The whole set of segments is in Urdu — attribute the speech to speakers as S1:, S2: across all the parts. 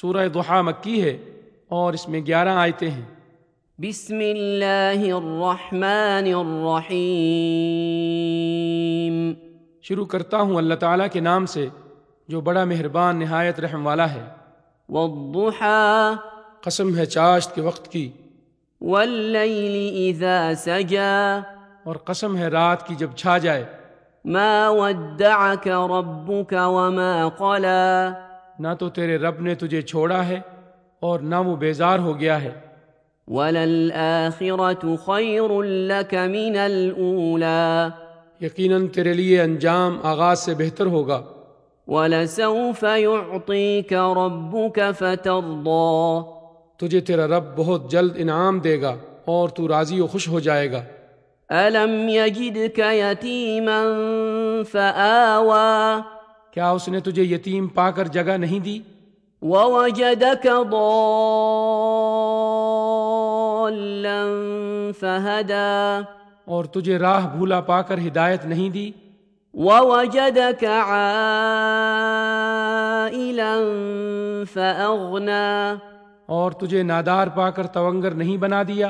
S1: سورہ دحا مکی ہے اور اس میں گیارہ آیتیں ہیں
S2: بسم اللہ الرحمن الرحیم
S1: شروع کرتا ہوں اللہ تعالیٰ کے نام سے جو بڑا مہربان نہایت رحم والا ہے
S2: والضحى
S1: قسم ہے چاشت کے وقت کی
S2: والليل إذا سجى
S1: اور قسم ہے رات کی جب چھا جائے
S2: ما ودعك ربك وما قلى
S1: نہ تو تیرے رب نے تجھے چھوڑا ہے اور نہ وہ بیزار ہو گیا ہے
S2: وللآخرة خير لك من الأولى
S1: یقیناً تیرے لیے انجام آغاز سے بہتر ہوگا
S2: ولسوف يعطيك ربك فترضى
S1: تجھے تیرا رب بہت جلد انعام دے گا اور تو راضی و خوش ہو جائے گا
S2: ألم يجدك يتيما فآوى
S1: کیا اس نے تجھے یتیم پا کر جگہ نہیں دی
S2: ووجدك ضالا فهدى
S1: اور تجھے راہ بھولا پا کر ہدایت نہیں دی
S2: ووجدك عائلا فأغنى
S1: اور تجھے نادار پا کر تونگر نہیں بنا دیا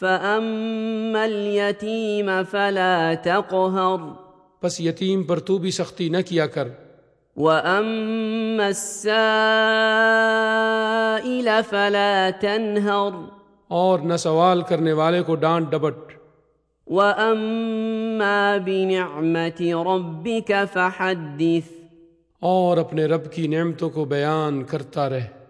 S2: فأما اليتيم فلا تقهر
S1: بس یتیم پر تو بھی سختی نہ کیا کر
S2: وأما السائل فلا تنهر
S1: اور نہ سوال کرنے والے کو ڈانٹ ڈبٹ
S2: وأما بنعمة ربك فحدث
S1: اور اپنے رب کی نعمتوں کو بیان کرتا رہ